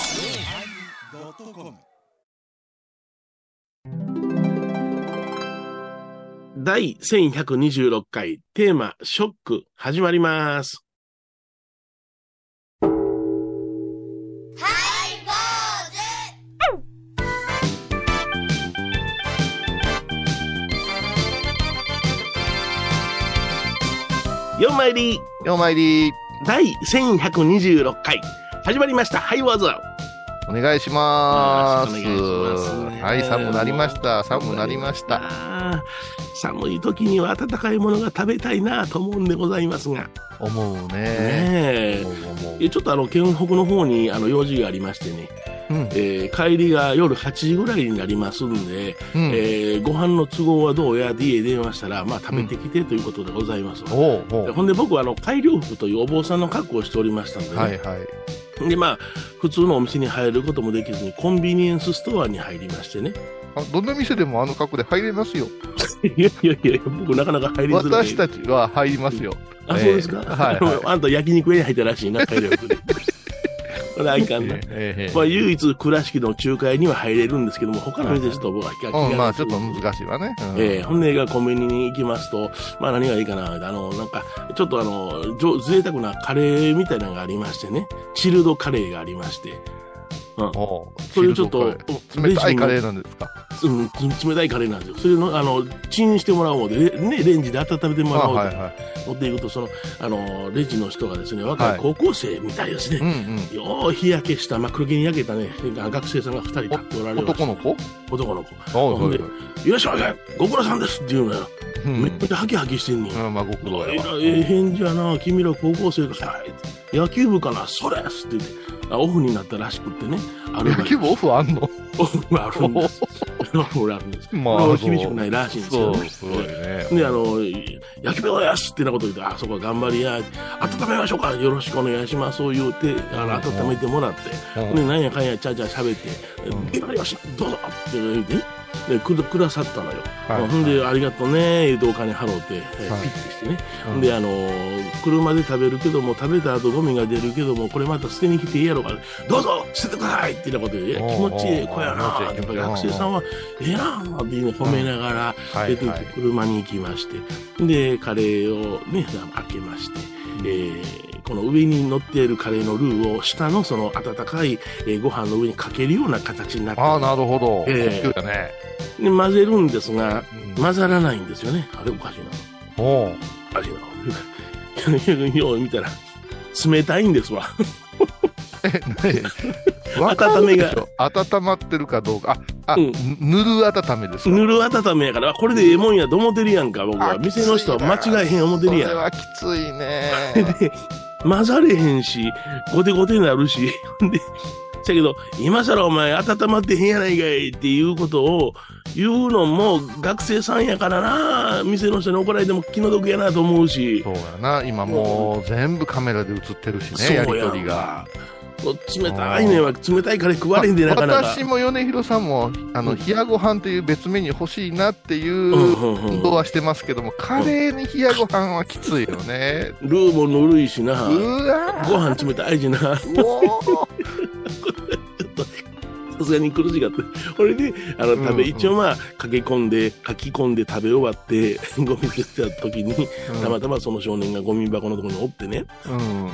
yosmir 第1126回テーマ「ショック」始まります。4枚入りようまいり第1126回始まりました。はい、わざ。お願いします。よろしくお願いしますはい、寒くなりました。寒くなりました。た。寒い時には温かいものが食べたいなと思うんでございますが。思うねね。え思う思うえちょっとあの県北の方にあの用事がありましてね、うんえー帰りが夜8時ぐらいになりますんで、うんえーご飯の都合はどうやって家へ電話したら、まあ、食べてきてということでございます、おうおうほんで僕はあの改良服というお坊さんの格好をしておりましたんで、ねはいはい。でまあ、普通のお店に入ることもできずにコンビニエンスストアに入りましてねあどんな店でもあの格好で入れますよ。いやいやいや僕なかなか入りづらい私たちは入りますよ。あそうですか、ええはいはいあのあんた焼肉屋に入ったらしいな改良 服でこれはいかんなええええまあ、唯一倉敷の仲介には入れるんですけども他の店ですと僕は気がうん、まあちょっと難しい難しいわね。うんええ本音がコンビニに行きますと、まあ何がいいかな、あの、なんか、ちょっとあの、じょ贅沢なカレーみたいなのがありましてね、チルドカレーがありまして、おうそういうちょっと、冷たいカレーー、なんですか。うん、つ冷たいカレーなんですよ。それの、あの、チンしてもらおうで、レね、レンジで温めてもあらおうと、はいはい。持っていくと、その、あの、レジの人がですね、若はいい高校生みたいですね。うんうん。よう日焼けした、真っ黒けに焼けたね、学生さんが二人立っておられました男の子男の子。おほんでいらっしゃいませ、ご苦労さんですって言うのよ。うんめっちゃハキハキしてんねん。うんまあご苦労えやわら。ええ返事やな、君ら高校生かさ、野球部かな、それっすって言って。あオフになったらしくってね。あれ 野球部オフあんのオフがあるんです。オフ があるんです。 まこれはそう厳しくないらしいんですそよ、う、ね。すごいね。で、あの、野球部はやすってなこと言って、あそこは頑張りや、温めましょうか、よろしくお願いします、そう言うて、あの、温めてもらって、うんで、なんやかんや、ちゃちゃ喋って、うんえよしよし、どうぞって言って、で、くだくださったのよ。はいほんで、ありがとうね、言うてお金払うて、えーはいピッてしてね。うんで、あのー車で食べるけども、食べた後ゴミが出るけども、これまた捨てに来ていいやろうから、どうぞ捨ててくださいって言ったことで、いや気おうおう持ちええ子やな気持ちええやっぱり学生さんは、ええなって言いながら褒めながら、は出いて行っはてい。車に行きまして、で、カレーをね、開けまして、えーこの上に乗っているカレーのルーを下のその温かい、えーご飯の上にかけるような形になってああ、なるほど。ええ高級だね。で混ぜるんですが、うん混ざらないんですよね。あれおかしいな。おうおかしいな。よう見たら、冷たいんですわ。わか温めるでがしょ温まってるかどうか。あ、あ、うんぬる温めですか。ぬる温めやから、あこれでええもんやと思ってるやんか、僕は。あ店の人は間違えへん思ってそるやれん。はきつい ね。で、混ざれへんし、ゴテゴテになるし、ほんで、せやけど、今更お前温まってへんやないかいっていうことを言うのも学生さんやからな、店の人に怒られても気の毒やなと思うし、そうやな。今もう全部カメラで映ってるしね、やりとりが。が。こう冷たいねんは冷たいカレー食われへんでなかなか私。も米広さんも、あうの、ん冷やご飯という別メニュー欲しいなってうんいううんうん運動はしてますけども、カレーに冷やご飯はきついよね。ルーもぬるいしな、うわご飯冷たいしな、さーおーすがに苦しかった。これで、あの、うん食べ、うん一応まあ、駆け込んで、書き込んで食べ終わって、ゴミ捨てた時に、たまたまその少年がゴミ箱のところにおってね、うん。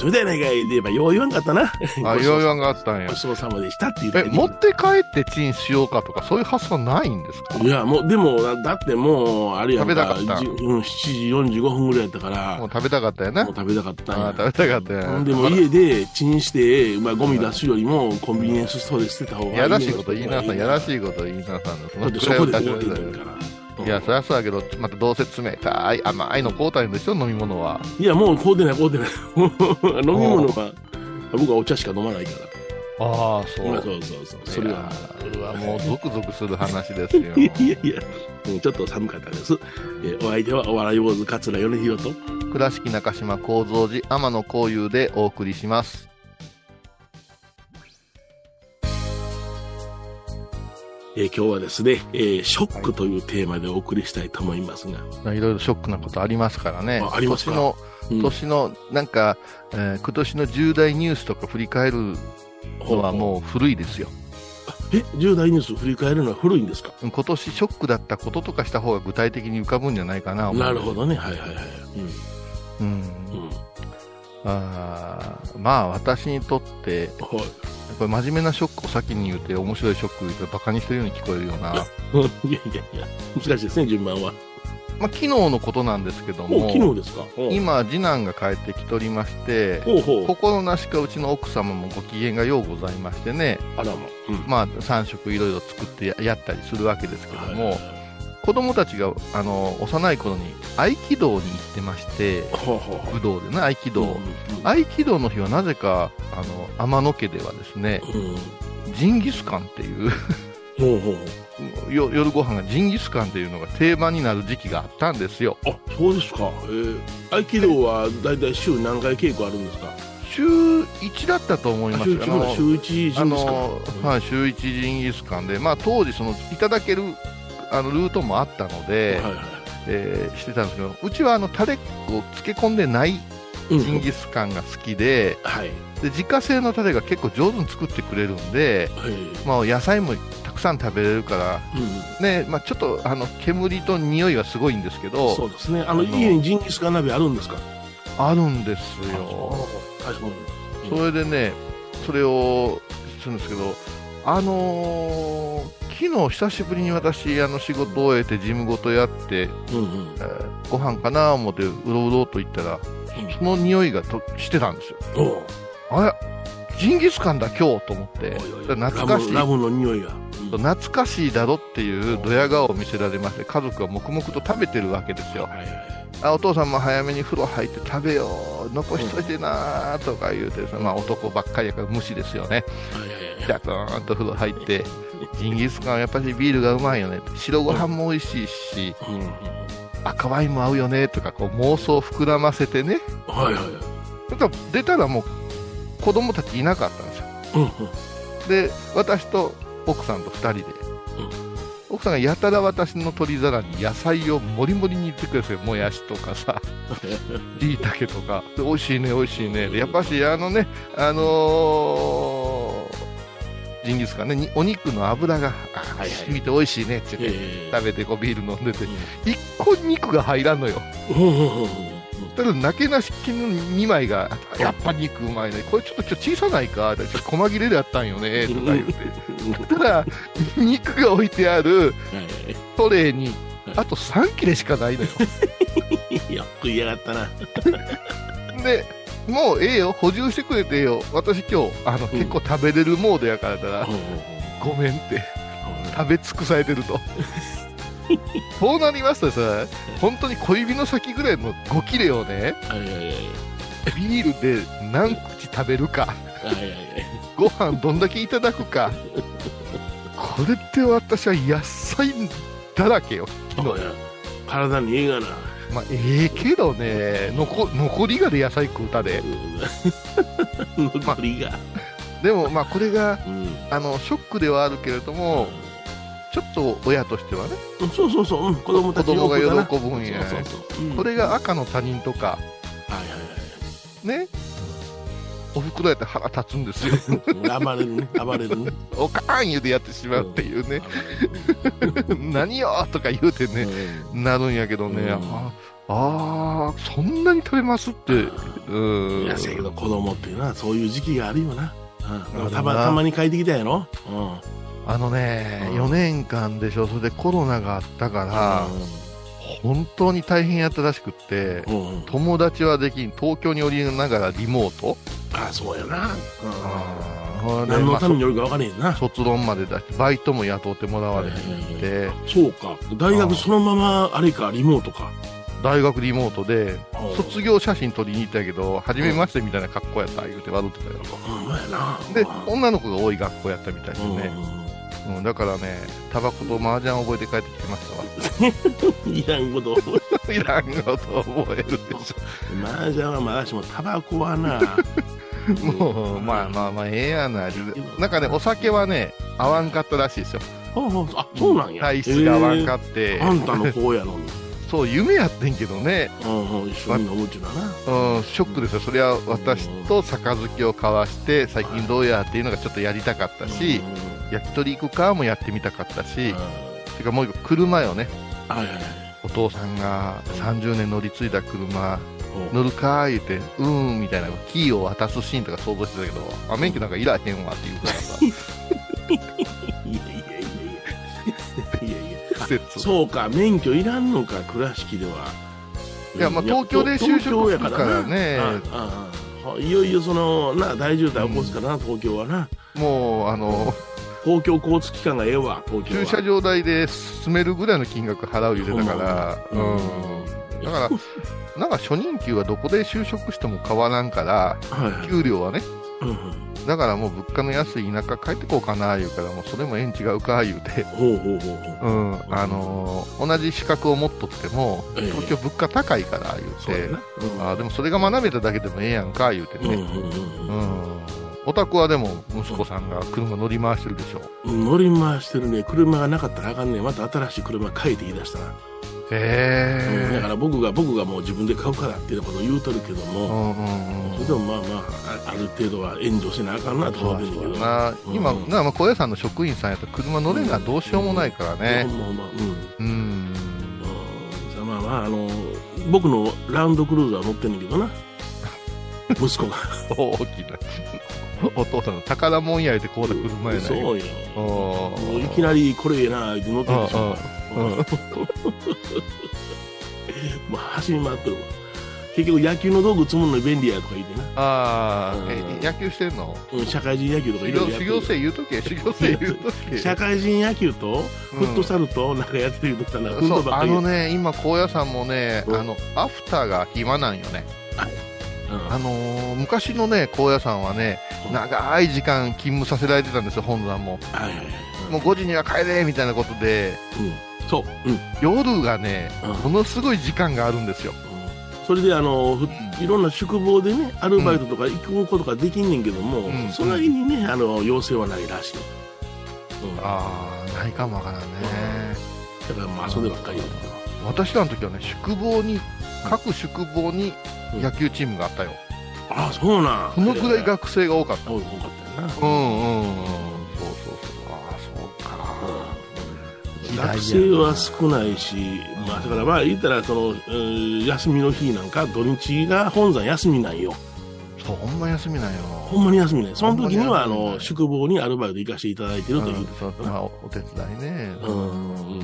冷たいないかいで言えば、よう言わんかったな。あ、ごちいそうろいろがあったんやご。ちそうさまでしたって言ってえ、ね。持って帰ってチンしようかとか、そういう発想ないんですかいや、もう、でも、だってもう、あれやんか、食べたかったじうん、7時45分ぐらいやったからも、う食べたかったよねもう。食べたかったんあや。ー食べたかったよほんね。でもあら家でチンして、まあ、ゴミ出すよりもコンビニエンスストアで捨てた方がいいね。やらしいこと言いなさい、やらしい。いこと言いなさい。そだのってくそらいこはで出買しうててんくださいかよ。ら。いや、そりゃそうだけど、またどうせ冷たい、甘いの交代ですよ、飲み物は。いや、もう買うてない、買うてない。飲み物は、僕はお茶しか飲まないから。ああ、そそうそうそうそう。それは。うわ、もうゾクゾクする話です よ。いやいや、うんちょっと寒かったです。えーお相手はお笑い坊主桂米広と。倉敷中島幸三寺天野幸雄でお送りします。えー今日はですね、えーショックというテーマでお送りしたいと思いますが、いろいろショックなことありますからね。あありますか今年のうん今年の、なんか、えー今年の重大ニュースとか振り返るのはもう古いですよ。う。え、重大ニュース振り返るのは古いんですか今年ショックだったこととかした方が具体的に浮かぶんじゃないかな。なるほどね。はいはいはい。ど。うん。うん。うん。はあーまあ、私にとって、これ真面目なショックを先に言うて、面白いショックを言うとバカにしてるように聞こえるような、い。いやいやいや、難しいですね、順番は。まあ、昨日のことなんですけどももう、昨日ですかおう今、次男が帰ってきておりまして、ほうほう。心なしかうちの奥様もご機嫌がようございましてね、あらま。うん。まあ、3食いろいろ作ってややったりするわけですけども、は子供たちがあの幼い頃に合気道に行ってましていほうほう。武道でね合気道、うん合気道の日はなぜかあの天野家ではですねうん。ジンギスカンっていう ほうほう。よ夜ご飯がジンギスカンっていうのが定番になる時期があったんですよあ、そうですか。えー、合気道はだいたい週何回稽古あるんですか週1だったと思いあます週一よあぐらのい週一あ人ですかのはい、週1ジンギスカンで、まあ、当時そのいただけるあのルートもあったのいで、はいはえーしてたんですけどうちはあのタレを漬け込んでないい。うんジンギスカンが好きで、はい。で自家製のタレが結構上手に作ってくれるんで、はい。まあ、野菜もたくさん食べれるから、うん。ねまあ、ちょっとあの煙と匂いはすごいんですけそどうですね。あの、あの家にジンギスカン鍋あるんですかあるんですあよあそうそれでねそれをするんですけどあのー昨日久しぶりに私あの仕事を終えて事務ごとやって、うんうん。えーご飯かな思ってうろうろと行ったらその匂いがとしてたんですよおうあれジンギスカンだ今日と思っておいおい懐かしいラムの匂いが。うん懐かしいだろっていうドヤ顔を見せられまして家族は黙々と食べてるわけですよはいはいあお父さんも早めに風呂入って食べよう残しといてなとか言うて、まあ、男ばっかりやから無視ですよねはいはいはいジャーンと風呂入ってジンギスカンはやっぱりビールがうまいよね白ご飯も美味しいしうんうん赤ワインも合うよねとかこう妄想を膨らませてねはいはいはいそしたら出たらもう子供たちいなかったんですようんうんで私と奥さんと2人で、奥さんがやたら私の取り皿に野菜をもりもりに入れてくれてもやしとか さいいたけとかで美味しいね美味しいねでやっぱしあのねあのージンギスカンねにお肉の脂があーはいはい染みて美味しいねっていや言っいてやいや食べてこうビール飲んでてうん一個肉が入らんのようんうんうんうんただなけなし金の2枚がやっぱ肉うまいねこれちょっと今日小さないかちょっと細切れであったんよねとか言ってたら肉が置いてあるはいはいトレーにあと3切れしかないのよはいよく言いやがったな。でもうええよ補充してくれてええよ私今日あの、ん結構食べれるモードやからだうんうんうんごめんって食べ尽くされてるとそうなりますとさ本当に小指の先ぐらいの5切れをねはいはいはいビールで何口食べるかはいはいはいご飯どんだけいただくかこれって私は野菜だらけよ昨日体にいいがな。まあ、ええけどね残残りがで野菜食うたでうん残りが。でもまあこれがうんあのショックではあるけれどもちょっと親としてはねうんそうそうそう、うん子供た子ち供が喜ぶな喜ぶんやそうそうそううんこれが赤の他人とかはいはいはいねおふくろやったら腹立つん ですようん暴れるね、暴れるね。おかん言うてやってしまうっていうね何よとか言うてうんねなるんやけどね、うんああーそんなに食べますってうんいや、せやけど子供っていうのはそういう時期があるよな。うんうんたまたまに帰ってきたやろ。うん。あのね、うん4年間でしょそれでコロナがあったから、本当に大変やったらしくって、うんうん。友達はできん、東京におりながらリモート、あ、そうやな。ほうんん。で何のためまによるか分からへんなあ。卒論まで出して、バイトも雇ってもらわれへんで、そうか。大う学んそのまま、あれか、リモートか。大学リモートで、卒業。業写真撮りに行ったけど、初めましてみたいな格好やった、言うて笑ってたよ。ほんまやな。でうん、女の子が多い学校やったみたいですうね。んうんうん、だからね、タバコと麻雀覚えて帰ってきてましたいわ。 らんこと。いらんこと覚えるでしょ。麻雀はまだしも、タバコはな。 もう、まあまあまあ、ええやない。なんかね、お酒はね、合わんかったらしいですよ。ほうほうあ、そうなんや。体質が合わんっかって、あんたの方やのに。そう夢やってんけどね、うんうん、一緒に飲むっていうのはな。うん、ショックですよそれは私と杯を交わして最近どうやっていうのがちょっとやりたかった しうんうん焼き鳥行くかもやってみたかったしはてかもう一個車よねいはいはい。お父さんが30年乗り継いだ車うん乗るかー言ってうーんみたいなキーを渡すシーンとか想像してたけどあ免許なんかいらへんわっていうからさいやいやいやいや。いやいや。施設そうか、免許いらんのか、倉敷では。いやまあ東京で就職するからね東京やからなあああいよいよそのな大渋滞起こすからな、東京はな。もうあの公共交通機関がええわ、東京は。駐車場代で住めるぐらいの金額払う言うてたからうんうんだから なんか初任給はどこで就職しても変わらんからはいはい。給料はねうんうんだからもう物価の安い田舎帰ってこうかな言うからもうそれも縁違うか言うて、ほうほうほうほう。うんあのー同じ資格を持っとってもええ東京物価高いから言そうやうて、な。あーでもそれが学べただけでもええやんか言うてうんね、うんうんううんんお宅はでも息子さんが車乗り回してるでしょ乗り回してるね、車がなかったらあかんねまた新しい車買えって言い出したら、うんだかへえら僕が、僕がもう自分で買うからっていうことを言うとるけどうも、んうんそうれんでもまあまあ、あある程度は援助しなあかんなとそ思うっだてんだそけうどだな、うん今、なまあ、小屋さんの職員さんやったら車乗れんがどうしようもないからね、ほんまほんまうんううん、んまあまあ、あの、僕のラウンドクルーザー乗ってんねんけど な。息子が。大きな、お父さんの宝物や言うてこうだ車やないそうよ。おもういーきなりこれええなって乗ってるでしょ。うんうん もう走り回ってるわ。結局野球の道具積むのに便利やとか言ってな。ああ、うんえ野球してんのうん、社会人野球とか修いろい行ろやって修る行生言うとけ修行生言うとけ社会人野球とフットサルとなんかやってるとかな、うんフッそトうばっかありのね今高野山もねうんあのアフターが暇なんよねうんあのー昔のね高野山はねうん長い時間勤務させられてたんですよ本山もはいはいはいもう5時には帰れみたいなことでうんそう、うんうん夜がねものすごい時間があるんですよそれであのふいろんな宿坊でねアルバイトとか行くことができんねんけども、うんそれにねあの要請はないらしい、うん、だかああないかもわからんねらもう遊んでばっかりよ私らの時はね宿坊に各宿坊に野球チームがあったよああそうなんそのくらい学生が多かった多い多かったよな、うんうんうんそうそうそうああそうか時代やな学生は少ないし、まあ、だからまあ言ったらその、うん休みの日なんか土日が本山休みなんよそうほんま休みなんよほんまに休みね。その時には、あほんまに休みね。の、宿坊にアルバイト行かせていただいてるといううんそうまあおお手伝いねうん。うん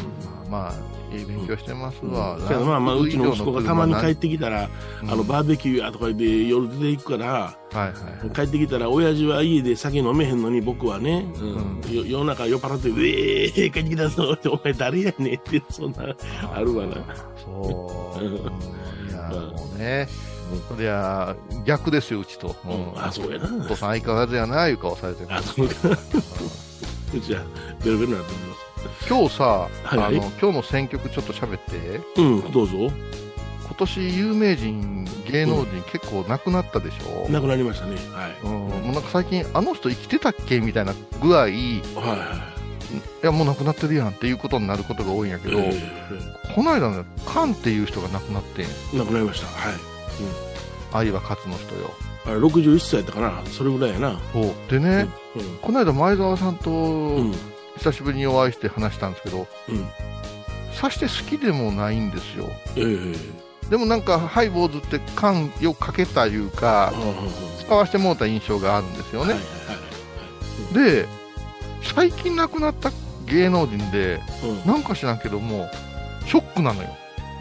まあいい勉強してますわけどまあまあ、うちの息子がたまに帰ってきたら、うんあの、バーベキューやとか言って夜出て行くから、はいはい帰ってきたら、親父は家で酒飲めへんのに、僕はね、うんうんよ夜中酔っ払って、うえー、帰ってきたぞって、お前誰やねんって、そんな、あるわな。そううんうんいやうんもうねそりゃ逆ですようちとうんうんあ、そうやおな。父さん相変わらずやないう顔されてあ、ますそうか。 うちは、ベロベロになっておりま今日さはあいはのい今日の選曲ちょっと喋ってす。うん、どうぞ。今年有名人芸能人結構亡くなったでしょなくなりましたね。はい。うん、もうなんか最近あの人生きてたっけみたいな具合はいいはやもう亡くなってるやんっていうことになることが多いんやけいど、えこの間ねカンっていう人が亡くなってんー。なくなりました。はい。愛は勝つの人よあれ61歳だからそれぐらいやなそうでね、うんこの間前澤さんうとん久しぶりにお会いして話したんですけど、うんさして好きでもないんですよええでもなんかハイボーズってカンよくかけたいうああはかい使わしてもうた印象があるんですよはいね、で最近亡くなった芸能人ではいうんなんか知らんけどもショックなのよ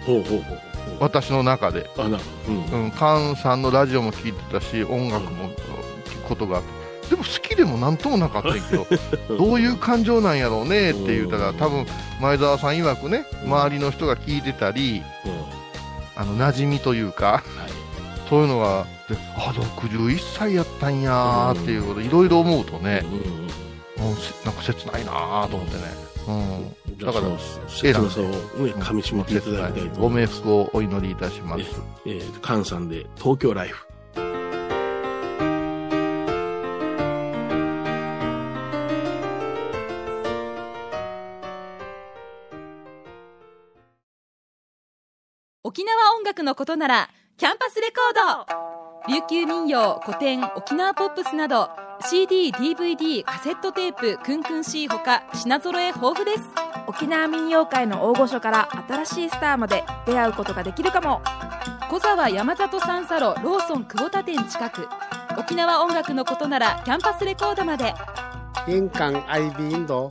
ほうほうほうほう私の中で、あなるうんうん、カンさんのラジオも聞いてたし音楽も聞くことがあってでも好きでもなんともなかったんやけ どどういう感情なんやろうねって言うたら多分前澤さん曰くね周りの人が聞いてたりうんはあの馴染みというかいそういうのがであ61歳やったんやーっていうこといろいろ思うとね、うんうんうんせなんか切ないなーと思ってね、うん、じゃあだからその切なさをね噛み締めていただきたいとご思い冥ます福をお祈りいたしますえー菅さんで東京ライフ沖縄音楽のことならキャンパスレコード琉球民謡古典沖縄ポップスなど CDDVD カセットテープクンクン C ほか品揃え豊富です沖縄民謡界の大御所から新しいスターまで出会うことができるかも小沢山里三佐路ローソン久保田店近く沖縄音楽のことならキャンパスレコードまで玄関アイビーインド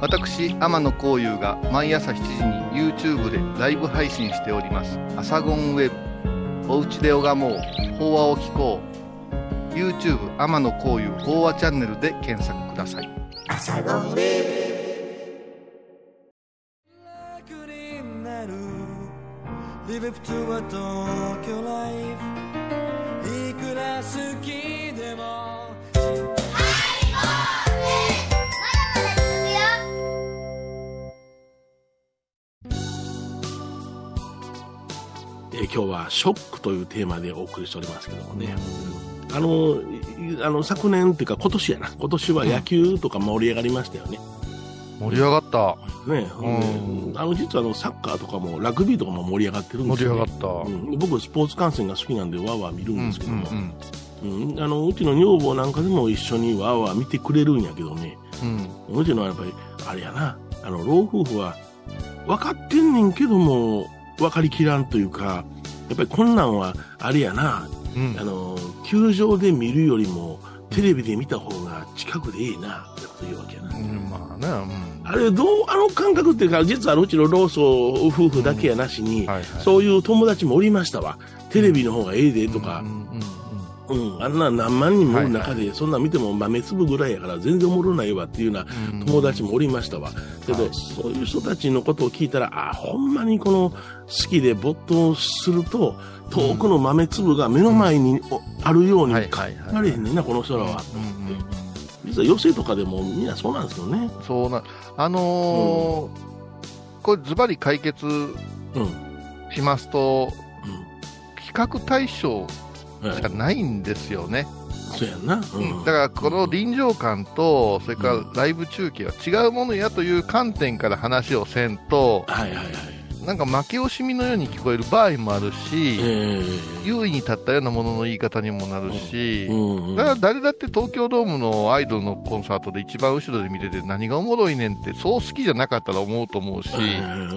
私天野幸雄が毎朝7時に YouTube でライブ配信しております「アサゴンウェブ」「おうちで拝もう法話を聞こう」YouTube 天野幸雄法話チャンネルで検索ください楽になる Live up to a Tokyo life いくら好きでもえー今日は「ショック」というテーマでお送りしておりますけどもね、あのいあの昨年っていうか今年やな今年は野球とか盛り上がりましたよね,、盛り上がったねうんあの実はあのサッカーとかもラグビーとかも盛り上がってるんで盛すりよ、上がねっ、た、うん、僕スポーツ観戦が好きなんでわーわー見るうんですけども、んうんうん、あのうちの女房なんかでも一緒にわーわー見てくれるんやけどねうんうちのはやっぱりあれやなあの老夫婦は分かってんねんけども分かりきらんというかやっぱりこんなんはあれやなうんあの球場で見るよりもテレビで見た方が近くでいいなってこと言うわけやなうんまあねうんあれどうあの感覚っていうか実はうちの老僧夫婦だけやなしに、はいはいそういう友達もおりましたわテレビの方がええでとかう、んうんうんうん、あんな何万人もおる中で、そんなん見ても豆粒ぐらいやから全然おもろないわっていうようなうん友達もおりましたわ。けど、はいそういう人たちのことを聞いたら、あ、ほんまにこの好きで没頭すると、遠くの豆粒が目の前におあるようにはい考はいえらはれいへんねんな、この人らは。うんうんうん実は余生とかでもみんなそうなんですよね。そうなあのーこれズバリ解決うん。うん。しますと比較対象はしいかないんですよね、そうやんな。ううんだからこの臨場感とそれからライブ中継は違うものやという観点から話をせんとはいはいはい。なんか負け惜しみのように聞こえる場合もあるえしー優位に立ったようなものの言い方にもなるしうんうんだから誰だって東京ドームのアイドルのコンサートで一番後ろで見てて何がおもろいねんってそう好きじゃなかったら思うと思うしうんうんう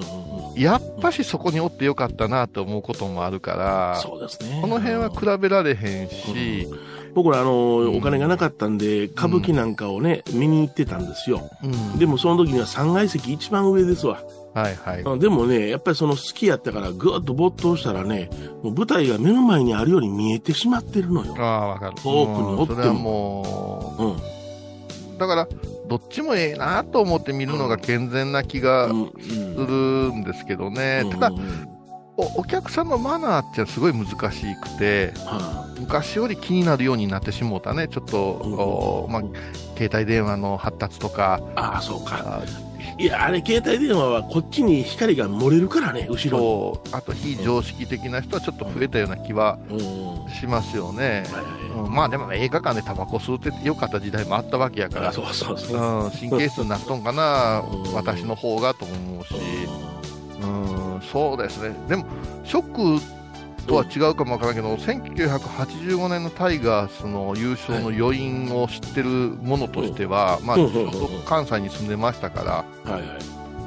んやっぱしそこにおってよかったなと思うこともあるからそうですね。この辺は比べられへんし、僕らあの、うんお金がなかったんで歌舞伎なんかをね、見に行ってたんですようんでもその時には3階席一番上ですわはいはいあでもねやっぱりその好きやったからぐーっと没頭したらねもう舞台が目の前にあるように見えてしまってるのあよ、あ、わかる。遠くにおってもうんそれはもうんう、だから、どっちもええなと思って見るのが健全な気がうんすうるんんですけどね。うんたうだんお、お客さんのマナーってすごい難しくて、は昔より気になるようになってしもうたね。ちょっと、うんおまあ、携帯電話の発達とか、あああそうかあいやあれ携帯電話はこっちに光が漏れるからね後ろと、あと非常識的な人はちょっと増えたような気はにうんはしますよね。いはうんまあでも映画館でタバコ吸うってよかった時代もあったわけやかいあら、そうそうそう、うんうん、神経質になっとんかなうん、私の方がとも思うし、うん、そうですね、でも、ショックとは違うかもわからんけど、1985年のタイガースの優勝の余韻を知ってるものとしては、まあ、うちんょうど関西に住んでましたから、はいはい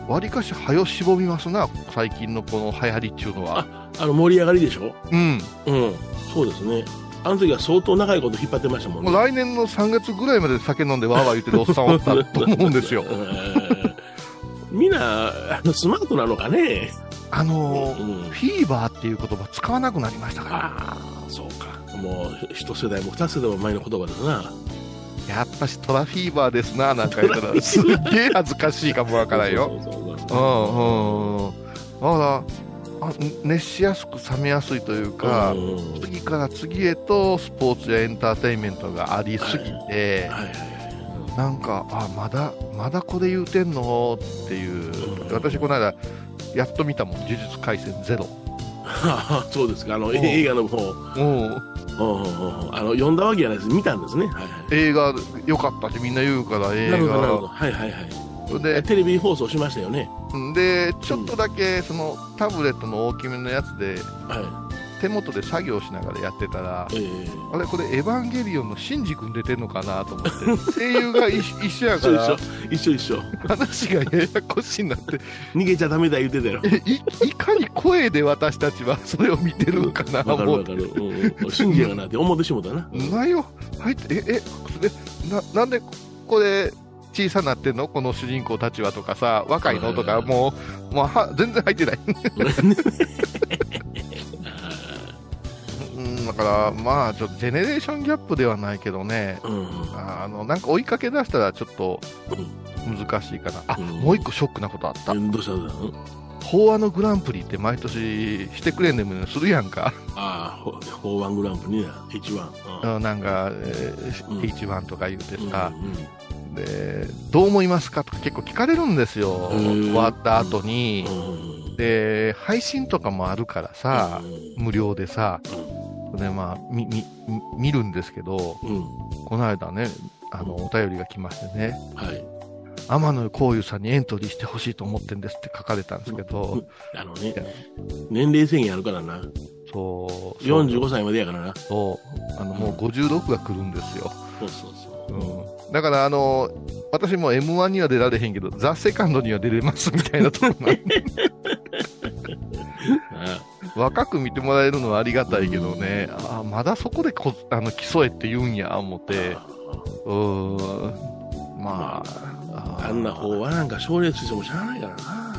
わりかし早しぼみますな、最近のこの流行りっちゅうのは。あの盛り上がりでしょうん、うん、そうですね。あの時は相当長いこと引っ張ってましたもんもね。。う来年の3月ぐらいまで酒飲んでわーわー言ってるおっさんおったと思うんですよ えーみんな、あのスマートなのかね。あのうーん、フィーバーっていう言葉使わなくなりましたから。ああ、そうか。もう、一世代も二世代も前の言葉ですな。やっぱしトラフィーバーですななんか言ったらすっげえ恥ずかしいかもわからんよ。そうそうそううんうんうんだからあ熱しやすく冷めやすいというか、うんうん次から次へとスポーツやエンターテインメントがありすぎて、はいはいはなんかあまだまだこれ言うてんのっていう、うん私この間やっと見たもん「呪術廻戦ゼロい。そうですか。あの、ん映画の方、うんうんうんうんあの、読んだわけじゃないです。見たんですね。はいは映画良かったってみんな言うからい。映なるほど、なるほど。画はいはいはい。それでテレビ放送しましたよね。うんでちょっとだけそのタブレットの大きめのやつでは手元で作業しながらやってたらい。ええあれこれ「エヴァンゲリオン」のシンジ君出てんのかなと思 って声優が一緒一緒やか一緒ら一緒。一緒一緒。話がややこしいなって逃げちゃダメだ言ってたよ。えいいかに声で私たちはそれを見てるんかなわかるもわうかる。うんうん信じやがなって思ってしもたな。内容入ってえええななんでこれ小さなってんのこの主人公たちはとかさ若いのとかうんもうもうは全然入ってないうんだからまあちょっとジェネレーションギャップではないけどねうん。あのなんか追いかけ出したらちょっと難しいかなあ、うんもう一個ショックなことあったうんどうしたどうしたうん法話のグランプリって毎年してくれんでもするやんか、ああ、ほ法ワングランプリな、H1。うんなんか、えーうん H1 とか言うてうんさ、うんでどう思いますかとか結構聞かれるんですよへー終わった後に、うんうんで配信とかもあるからさ、無料でさでまあみみみ見るんですけどうん。うんこの間ねあのお便りが来ましてねはい。天野幸雄さんにエントリーしてほしいと思ってんですって書かれたんですけど、あのね、年齢制限あるからな。そう45歳までやからな。そうあのもう56が来るんですよ、そうそうそう。うん、だからあの私も m 1には出られへんけど「ザ・セカンドには出れますみたいなところがあ若く見てもらえるのはありがたいけどねああまだそこでこあの競えって言うんや思ってうーんまあああんな法はなんか奨励ついてもしゃあないからな。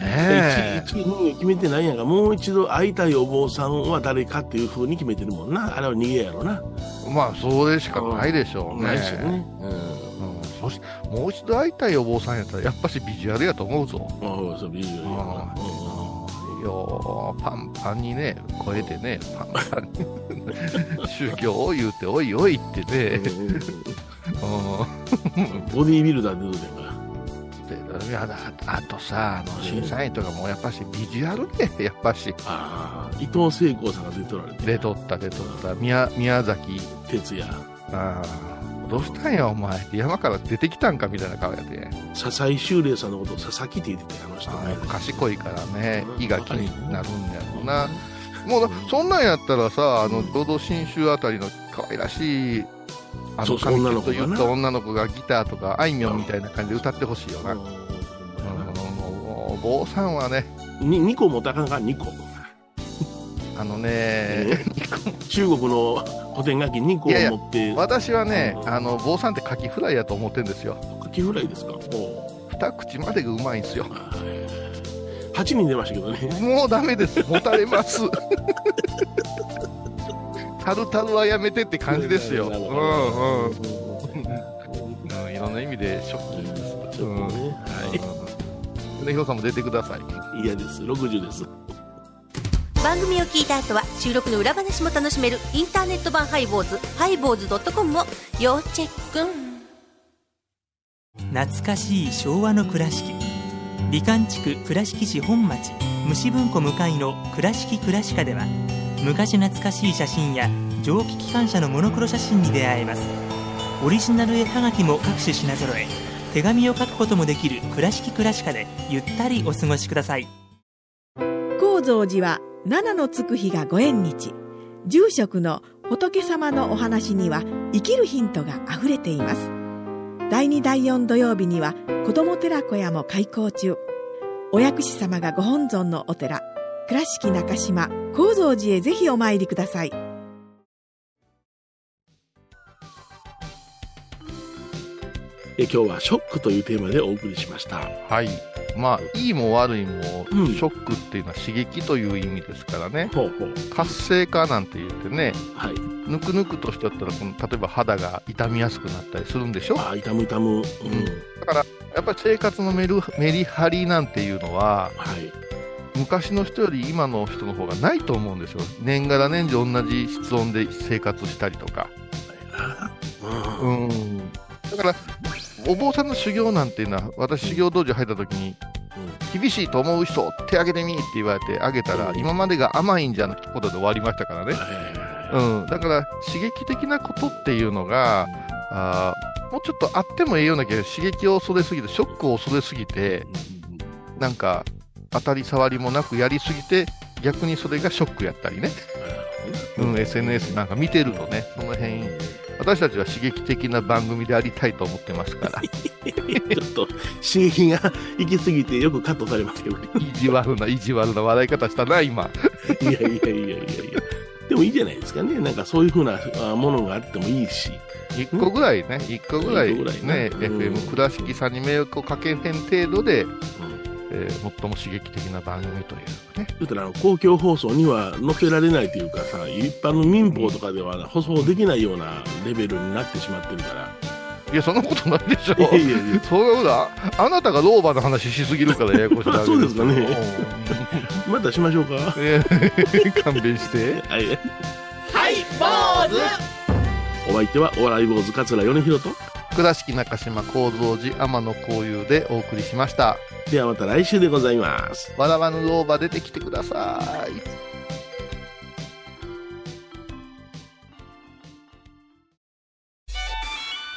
ねえ一一うん決めてないやんか、もう一度会いたいお坊さんは誰かっていうふうに決めてるもんな。あれは逃げやろな。まあそれしかないでしょうねないしね。うんうん、そしもう一度会いたいお坊さんやったらやっぱしビジュアルやと思うぞああ、そう、ビジュアルやなあようパンパンにね超えてねパンパ ンに 宗教を言うておいおいってうんね、うんうんうボディービルダーで出てるから。んでいやだあとさあの審査員とかもやっぱしビジュアルね やっぱしああ、伊藤聖光さんが出ておられて。出とった出とった宮宮崎哲也。あーどうしたんやお前って山から出てきたんかみたいな顔やで笹井修礼さんのことを佐々木って言ってたよ、あの人あねー。賢いからねうん胃が気になるんやろなもうそんなんやったらさあの労働新州あたりの可愛らしいあそのうそう髪女のの子とが言なった女の子がギターとかあいみょんみたいな感じで歌ってほしいよな、うん、もう坊さんはねに2個もたかんか2個あのね中国の古典楽器2個いやいやを持って私はねうんあの坊さんってカキフライやと思ってんですよカキフライですかお二口までがうまいんですよ8人出ましたけどねもうダメですもたれます タルタルはやめてって感じです よ、うんなるほうんどうん、いろんな意味でショッうんちク、うょんっとねはいでヒロさんも出てください嫌です60です番組を聞いた後は収録の裏話も楽しめるインターネット版ハイボーズハイボーズドットコムを要チェック懐かしい昭和の倉敷美観地区倉敷市本町虫文庫向かいの「倉敷倉敷科」では昔懐かしい写真や蒸気機関車のモノクロ写真に出会えますオリジナル絵はがきも各種品揃え手紙を書くこともできる「倉敷倉敷科」でゆったりお過ごしください高蔵寺は七のつく日がご縁日住職の仏様のお話には生きるヒントがあふれています第2第4土曜日には子ども寺小屋も開校中お薬師様がご本尊のお寺倉敷中島・高蔵寺へぜひお参りくださいえ今日は「ショック」というテーマでお送りしましたはいまあいいも悪いも、うんショックっていうのは刺激という意味ですからねほうほう活性化なんて言ってねはいぬくぬくとしちゃったらこの例えば肌が傷みやすくなったりするんでしょああ痛む痛むうんやっぱり生活のメルメリハリなんていうのははい昔の人より今の人の方がないと思うんですよ年がら年中同じ室温で生活したりとかうんうんだからお坊さんの修行なんていうのは私修行道場入った時に厳しいと思う人手挙げてみって言われてあげたらうん今までが甘いんじゃなくことで終わりましたからね、はうん、だから刺激的なことっていうのがああーもうちょっとあってもええような気が刺激を恐れすぎて、ショックを恐れすぎて、なんか当たり障りもなくやりすぎて、逆にそれがショックやったりね、うん、SNS なんか見てるとね、その辺私たちは刺激的な番組でありたいと思ってます から、ちょっと刺激が行き過ぎてよくカットされますけどね。意地悪な、意地悪な笑い方したな、今。いやいやいやいやいや。でもいいじゃないですかね。なんかそういうふうなあものがあってもいいし。 1個ぐらいね、1個ぐら一い個ぐらいねね、うん FM 倉敷さんに迷惑をかけへん程度で、うんえー最も刺激的な番組というね、言うたらあの公共放送には載せられないというかさ、一般の民放とかでは放送できないようなレベルになってしまってるかいや、そんなことないでしょら。い。やいやいや。そういうことだあなたが老婆の話しすぎるからややこしいだ けそうですかねまたしましょうか。うんえ ー勘弁してはい。はい、坊主お相手はお笑い坊主桂米広と。倉敷中島幸三寺天野幸雄でお送りしましたではまた来週でございます。笑わぬ老婆出てきてください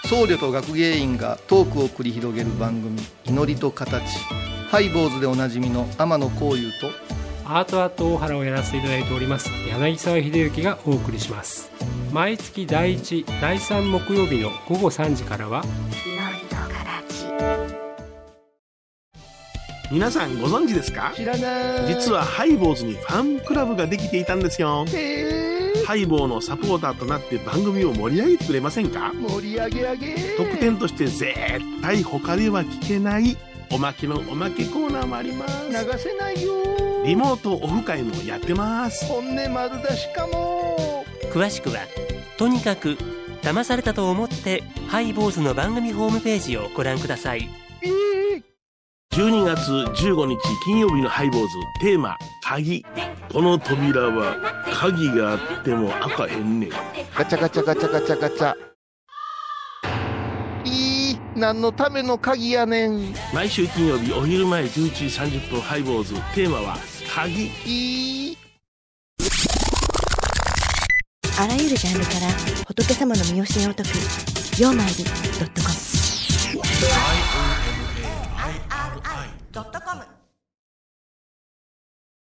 僧侶と学芸員がトークを繰り広げる番組「祈りと形」ハイボーズでおなじみの天野幸雄とアートアート大原をやらせていただいております柳沢秀幸がお送りします毎月第1第3木曜日の午後3時からは皆さんご存知ですか知らない実はハイボーズにファンクラブができていたんですよハイボーのサポーターとなって番組を盛り上げてくれませんか盛り上げ上げ特典として絶対他では聞けないおまけのおまけコーナーもあります流せないよリモートオフ会もやってます本音丸出しかも詳しくはとにかく騙されたと思ってハイボーズの番組ホームページをご覧ください12月15日金曜日のハイボーズテーマ鍵この扉は鍵があっても開かへんねんガチャガチャガチャガチャガチャいい何のための鍵やねん毎週金曜日お昼前11時30分ハイボーズテーマは鍵いいあらゆるジャンルから仏様の身教えを解く「曜マイルドットコム」「IOMAIL.com」